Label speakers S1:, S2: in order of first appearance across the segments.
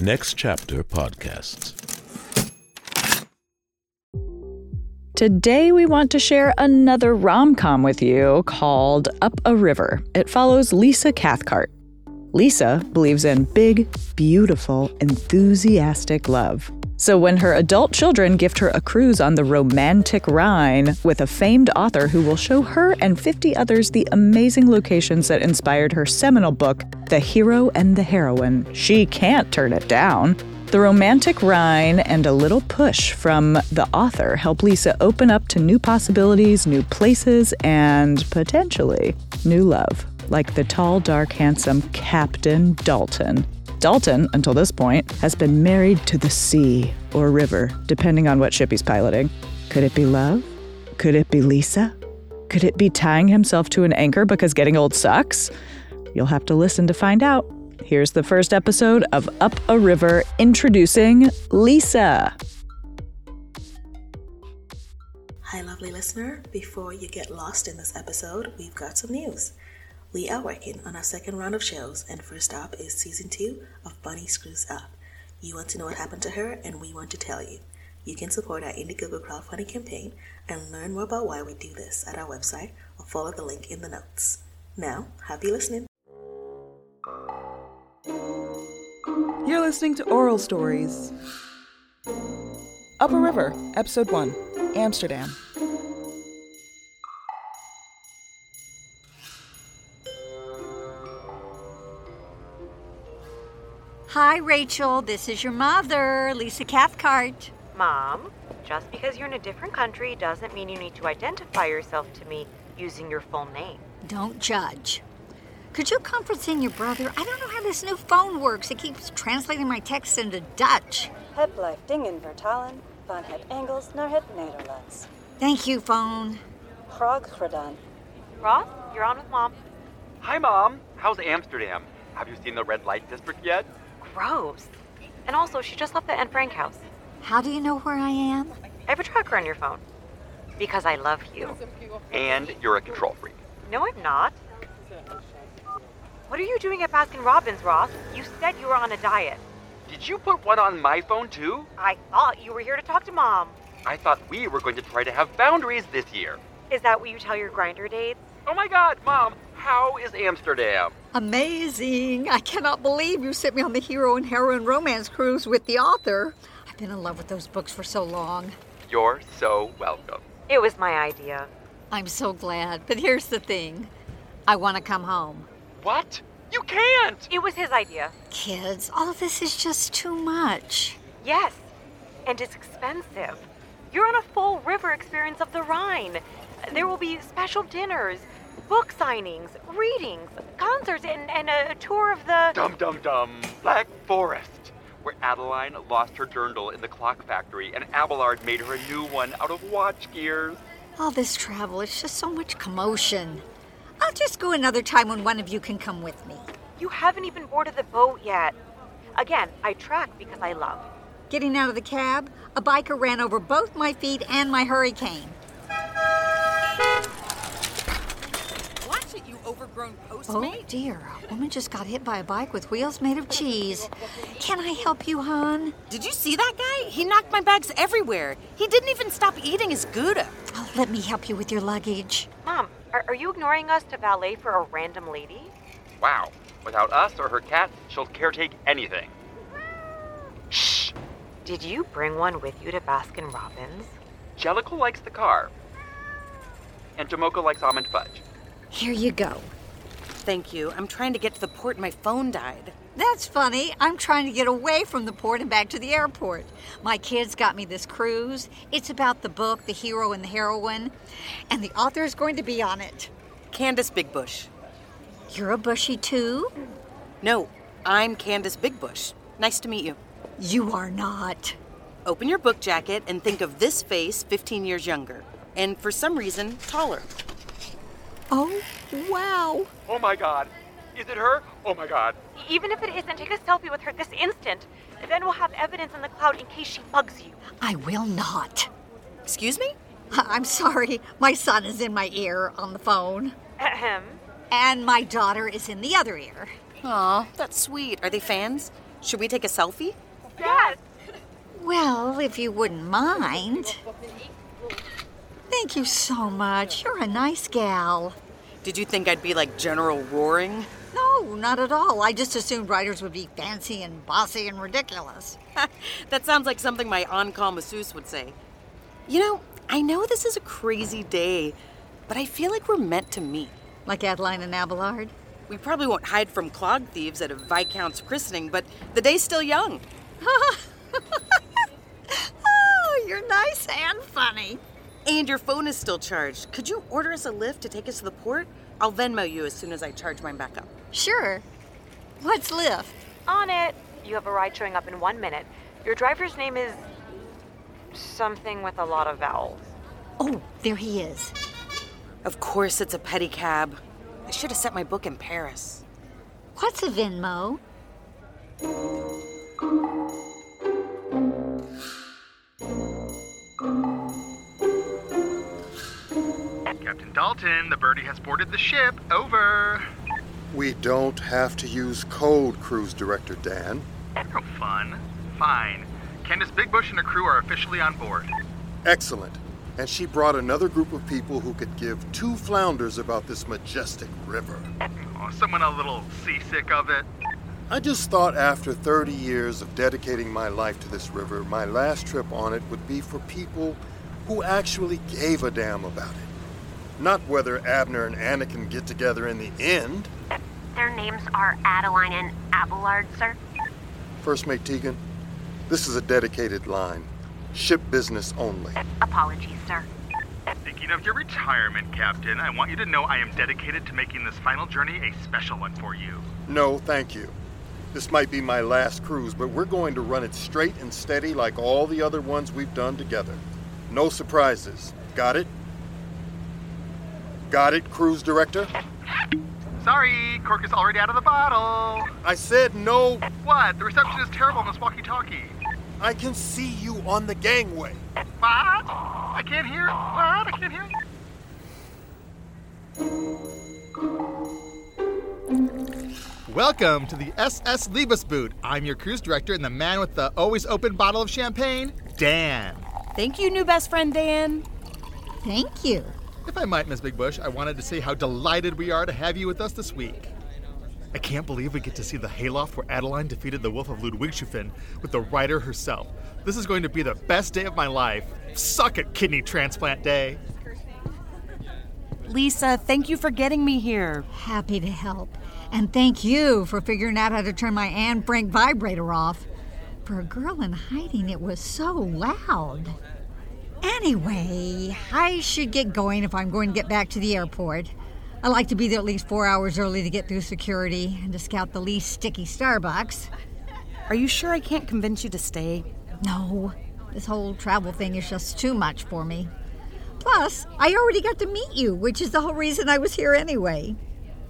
S1: Next Chapter Podcasts.
S2: Today, we want to share another rom com with you called Up a River. It follows Lisa Cathcart. Lisa believes in big, beautiful, enthusiastic love. So, when her adult children gift her a cruise on the romantic Rhine with a famed author who will show her and 50 others the amazing locations that inspired her seminal book, The Hero and the Heroine, she can't turn it down. The romantic Rhine and a little push from the author help Lisa open up to new possibilities, new places, and potentially new love, like the tall, dark, handsome Captain Dalton. Dalton, until this point, has been married to the sea or river, depending on what ship he's piloting. Could it be love? Could it be Lisa? Could it be tying himself to an anchor because getting old sucks? You'll have to listen to find out. Here's the first episode of Up a River introducing Lisa.
S3: Hi, lovely listener. Before you get lost in this episode, we've got some news. We are working on our second round of shows, and first up is season two of Bunny Screws Up. You want to know what happened to her, and we want to tell you. You can support our Indiegogo crowdfunding campaign and learn more about why we do this at our website or follow the link in the notes. Now, happy listening.
S4: You're listening to Oral Stories. Up a River, Episode 1, Amsterdam.
S5: Hi, Rachel. This is your mother, Lisa Cathcart.
S6: Mom, Um, just because you're in a different country doesn't mean you need to identify yourself to me using your full name.
S5: Don't judge. Could you conference in your brother? I don't know how this new phone works. It keeps translating my texts into Dutch.
S7: Heb blijft dingen vertalen van het Engels naar het Nederlands.
S5: Thank you, phone.
S7: Graag gedaan.
S6: Ross, you're on with Mom.
S8: Hi, Mom. How's Amsterdam? Have you seen the red light district yet?
S6: Gross. And also, she just left the Anne Frank house.
S5: How do you know where I am?
S6: I have a tracker on your phone. Because I love you.
S8: And you're a control freak.
S6: No, I'm not. What are you doing at Baskin Robbins, Ross? You said you were on a diet.
S8: Did you put one on my phone too?
S6: I thought you were here to talk to Mom.
S8: I thought we were going to try to have boundaries this year.
S6: Is that what you tell your grinder dates?
S8: Oh my god, Mom, how is Amsterdam?
S5: Amazing. I cannot believe you sent me on the hero and heroine romance cruise with the author. I've been in love with those books for so long.
S8: You're so welcome.
S6: It was my idea.
S5: I'm so glad. But here's the thing I want to come home.
S8: What? You can't!
S6: It was his idea.
S5: Kids, all of this is just too much.
S6: Yes. And it's expensive. You're on a full river experience of the Rhine. There will be special dinners, book signings, readings, concerts, and, and a tour of the.
S8: Dum dum dum. Black Forest, where Adeline lost her dirndl in the clock factory and Abelard made her a new one out of watch gears.
S5: All this travel, it's just so much commotion. I'll just go another time when one of you can come with me.
S6: You haven't even boarded the boat yet. Again, I track because I love.
S5: Getting out of the cab, a biker ran over both my feet and my hurricane.
S9: Watch it, you overgrown postmate.
S5: Oh dear, a woman just got hit by a bike with wheels made of cheese. Can I help you, hon?
S9: Did you see that guy? He knocked my bags everywhere. He didn't even stop eating his Gouda.
S5: Oh, let me help you with your luggage.
S6: Mom, are, are you ignoring us to valet for a random lady?
S8: Wow. Without us or her cats, she'll caretake anything.
S6: Did you bring one with you to Baskin Robbins?
S8: Jellicle likes the car. And Jamoka likes almond fudge.
S5: Here you go.
S9: Thank you. I'm trying to get to the port and my phone died.
S5: That's funny. I'm trying to get away from the port and back to the airport. My kids got me this cruise. It's about the book, The Hero and the Heroine, and the author is going to be on it.
S9: Candace Big Bush.
S5: You're a bushy too?
S9: No, I'm Candace Big Bush. Nice to meet you.
S5: You are not.
S9: Open your book jacket and think of this face 15 years younger. And for some reason, taller.
S5: Oh, wow.
S8: Oh my god. Is it her? Oh my god.
S6: E-, Even if it isn't, take a selfie with her this instant. Then we'll have evidence in the cloud in case she bugs you.
S5: I will not.
S9: Excuse me?
S5: I'm sorry. My son is in my ear on the phone,
S6: Ahem.
S5: and my daughter is in the other ear.
S9: Aw, that's sweet. Are they fans? Should we take a selfie?
S6: Yes!
S5: Well, if you wouldn't mind. Thank you so much. You're a nice gal.
S9: Did you think I'd be like General Roaring?
S5: No, not at all. I just assumed writers would be fancy and bossy and ridiculous.
S9: that sounds like something my on call masseuse would say. You know, I know this is a crazy day, but I feel like we're meant to meet.
S5: Like Adeline and Abelard.
S9: We probably won't hide from clog thieves at a Viscount's christening, but the day's still young.
S5: oh, you're nice and funny.
S9: And your phone is still charged. Could you order us a lift to take us to the port? I'll Venmo you as soon as I charge mine back up.
S5: Sure. What's Lyft?
S6: On it! You have a ride showing up in one minute. Your driver's name is. something with a lot of vowels.
S5: Oh, there he is.
S9: Of course, it's a pedicab. I should have set my book in Paris.
S5: What's a Venmo?
S10: Captain Dalton, the birdie has boarded the ship. Over.
S11: We don't have to use code, Cruise Director Dan.
S10: No fun. Fine. Candace Bigbush and her crew are officially on board.
S11: Excellent. And she brought another group of people who could give two flounders about this majestic river.
S10: Oh, someone a little seasick of it.
S11: I just thought after 30 years of dedicating my life to this river, my last trip on it would be for people who actually gave a damn about it. Not whether Abner and Anakin get together in the end.
S12: Their names are Adeline and Abelard, sir.
S11: First Mate Tegan, this is a dedicated line. Ship business only.
S12: Apologies, sir.
S10: Thinking of your retirement, Captain, I want you to know I am dedicated to making this final journey a special one for you.
S11: No, thank you. This might be my last cruise, but we're going to run it straight and steady like all the other ones we've done together. No surprises. Got it? Got it, cruise director?
S10: Sorry, cork is already out of the bottle.
S11: I said no.
S10: What? The reception is terrible on this walkie talkie.
S11: I can see you on the gangway.
S10: What? I can't hear. What? I can't hear.
S13: Welcome to the SS Libus Boot. I'm your cruise director and the man with the always open bottle of champagne, Dan.
S9: Thank you, new best friend Dan.
S5: Thank you.
S13: If I might, Miss Big Bush, I wanted to say how delighted we are to have you with us this week. I can't believe we get to see the hayloft where Adeline defeated the Wolf of Ludwigshafen with the writer herself. This is going to be the best day of my life. Suck it, kidney transplant day.
S9: Lisa, thank you for getting me here.
S5: Happy to help. And thank you for figuring out how to turn my Anne Frank vibrator off. For a girl in hiding, it was so loud. Anyway, I should get going if I'm going to get back to the airport. I like to be there at least four hours early to get through security and to scout the least sticky Starbucks.
S9: Are you sure I can't convince you to stay?
S5: No, this whole travel thing is just too much for me. Plus, I already got to meet you, which is the whole reason I was here anyway.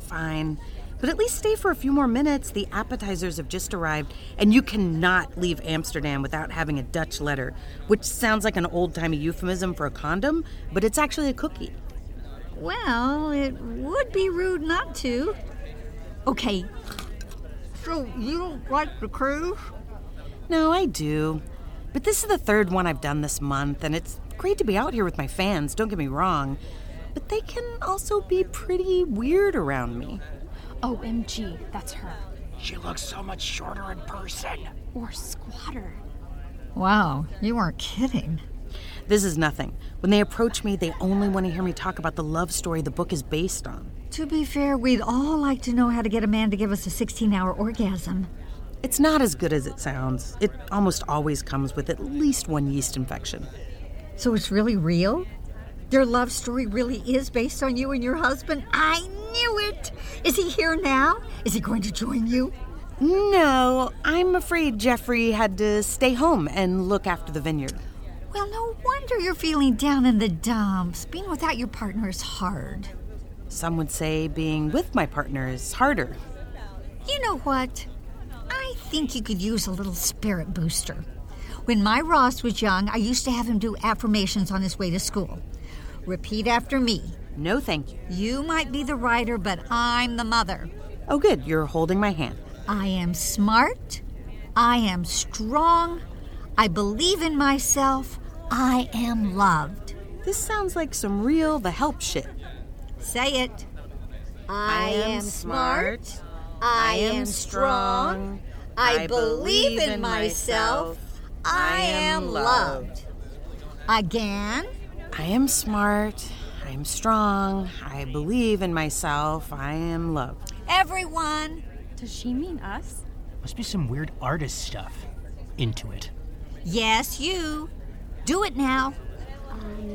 S9: Fine. But at least stay for a few more minutes. The appetizers have just arrived, and you cannot leave Amsterdam without having a Dutch letter, which sounds like an old timey euphemism for a condom, but it's actually a cookie.
S5: Well, it would be rude not to. Okay. So you don't like the cruise?
S9: No, I do. But this is the third one I've done this month, and it's great to be out here with my fans, don't get me wrong. But they can also be pretty weird around me.
S14: OMG, that's her.
S15: She looks so much shorter in person.
S14: Or squatter.
S5: Wow, you weren't kidding.
S9: This is nothing. When they approach me, they only want to hear me talk about the love story the book is based on.
S5: To be fair, we'd all like to know how to get a man to give us a 16 hour orgasm.
S9: It's not as good as it sounds. It almost always comes with at least one yeast infection.
S5: So it's really real? Their love story really is based on you and your husband? I knew it! Is he here now? Is he going to join you?
S9: No, I'm afraid Jeffrey had to stay home and look after the vineyard.
S5: Well, no wonder you're feeling down in the dumps. Being without your partner is hard.
S9: Some would say being with my partner is harder.
S5: You know what? I think you could use a little spirit booster. When my Ross was young, I used to have him do affirmations on his way to school. Repeat after me.
S9: No, thank you.
S5: You might be the writer, but I'm the mother.
S9: Oh, good. You're holding my hand.
S5: I am smart. I am strong. I believe in myself. I am loved.
S9: This sounds like some real the help shit.
S5: Say it. I, am smart. I am strong. I believe in myself. I am loved. Again.
S9: I am smart. I am strong. I believe in myself. I am loved.
S5: Everyone.
S14: Does she mean us?
S15: Must be some weird artist stuff. Into it.
S5: Yes, you. Do it now.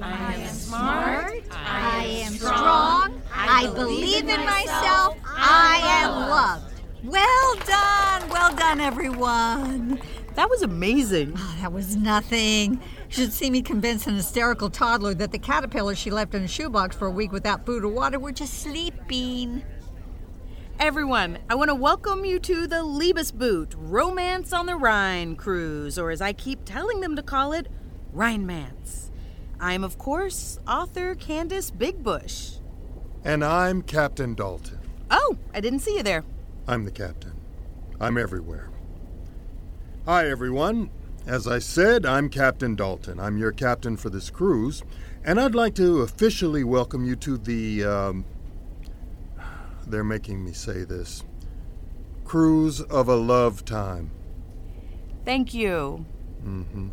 S14: I am smart.
S5: I am strong. I believe in myself. I am loved. Well done. Well done, everyone.
S9: That was amazing.
S5: Oh, that was nothing. You should see me convince an hysterical toddler that the caterpillars she left in a shoebox for a week without food or water were just sleeping.
S9: Everyone, I want to welcome you to the Liebesboot Romance on the Rhine cruise, or as I keep telling them to call it, Rhinemance. I'm, of course, author Candace Bigbush.
S11: And I'm Captain Dalton.
S9: Oh, I didn't see you there.
S11: I'm the captain. I'm everywhere. Hi, everyone. As I said, I'm Captain Dalton. I'm your captain for this cruise, and I'd like to officially welcome you to the. Um, they're making me say this Cruise of a Love Time.
S9: Thank you.
S11: hmm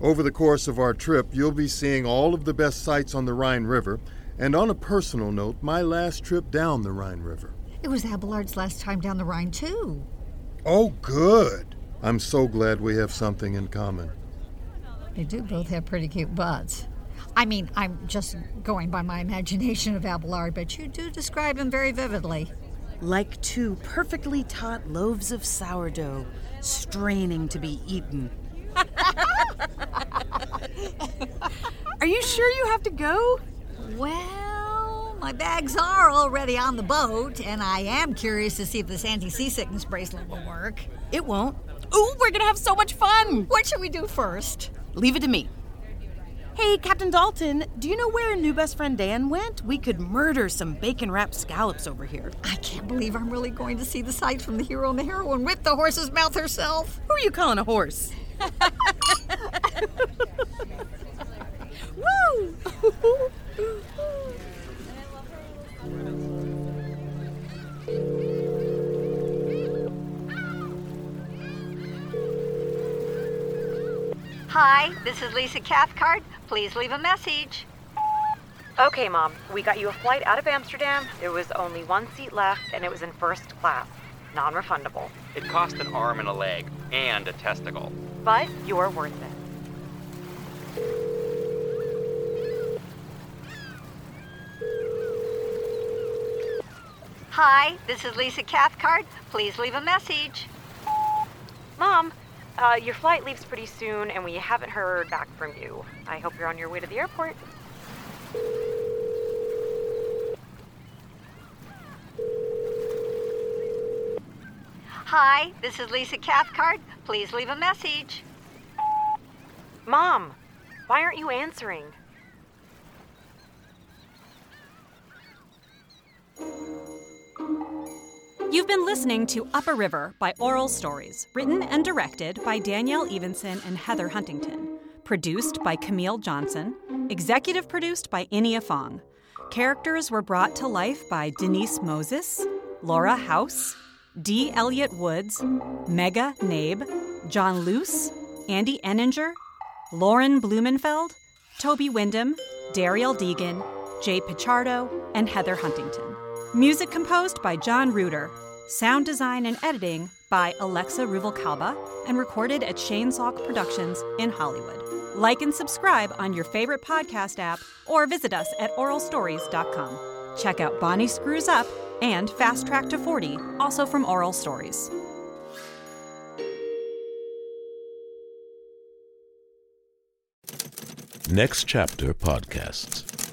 S11: Over the course of our trip, you'll be seeing all of the best sights on the Rhine River, and on a personal note, my last trip down the Rhine River.
S5: It was Abelard's last time down the Rhine, too.
S11: Oh, good. I'm so glad we have something in common.
S5: They do both have pretty cute butts. I mean, I'm just going by my imagination of Abelard, but you do describe him very vividly.
S9: Like two perfectly taut loaves of sourdough straining to be eaten. Are you sure you have to go?
S5: Well, my bags are already on the boat, and I am curious to see if this anti seasickness bracelet will work.
S9: It won't. Ooh, we're gonna have so much fun!
S5: What should we do first?
S9: Leave it to me. Hey, Captain Dalton, do you know where new best friend Dan went? We could murder some bacon wrapped scallops over here.
S5: I can't believe I'm really going to see the sights from the hero and the heroine with the horse's mouth herself.
S9: Who are you calling a horse? Woo!
S5: Hi, this is Lisa Cathcart. Please leave a message.
S6: Okay, Mom, we got you a flight out of Amsterdam. There was only one seat left, and it was in first class. Non refundable.
S8: It cost an arm and a leg, and a testicle.
S6: But you're worth it.
S5: Hi, this is Lisa Cathcart. Please leave a message.
S6: Mom, uh, your flight leaves pretty soon, and we haven't heard back from you. I hope you're on your way to the airport.
S5: Hi, this is Lisa Cathcart. Please leave a message.
S6: Mom, why aren't you answering?
S16: You've been listening to Upper River by Oral Stories, written and directed by Danielle Evenson and Heather Huntington, produced by Camille Johnson, executive produced by Inia Fong. Characters were brought to life by Denise Moses, Laura House, D. Elliott Woods, Mega Nabe, John Luce, Andy Enninger, Lauren Blumenfeld, Toby Wyndham, Dariel Deegan, Jay Pichardo, and Heather Huntington. Music composed by John Reuter. Sound design and editing by Alexa Ruvalcaba and recorded at Shanesock Productions in Hollywood. Like and subscribe on your favorite podcast app or visit us at oralstories.com. Check out Bonnie Screws Up and Fast Track to 40, also from Oral Stories.
S1: Next Chapter Podcasts.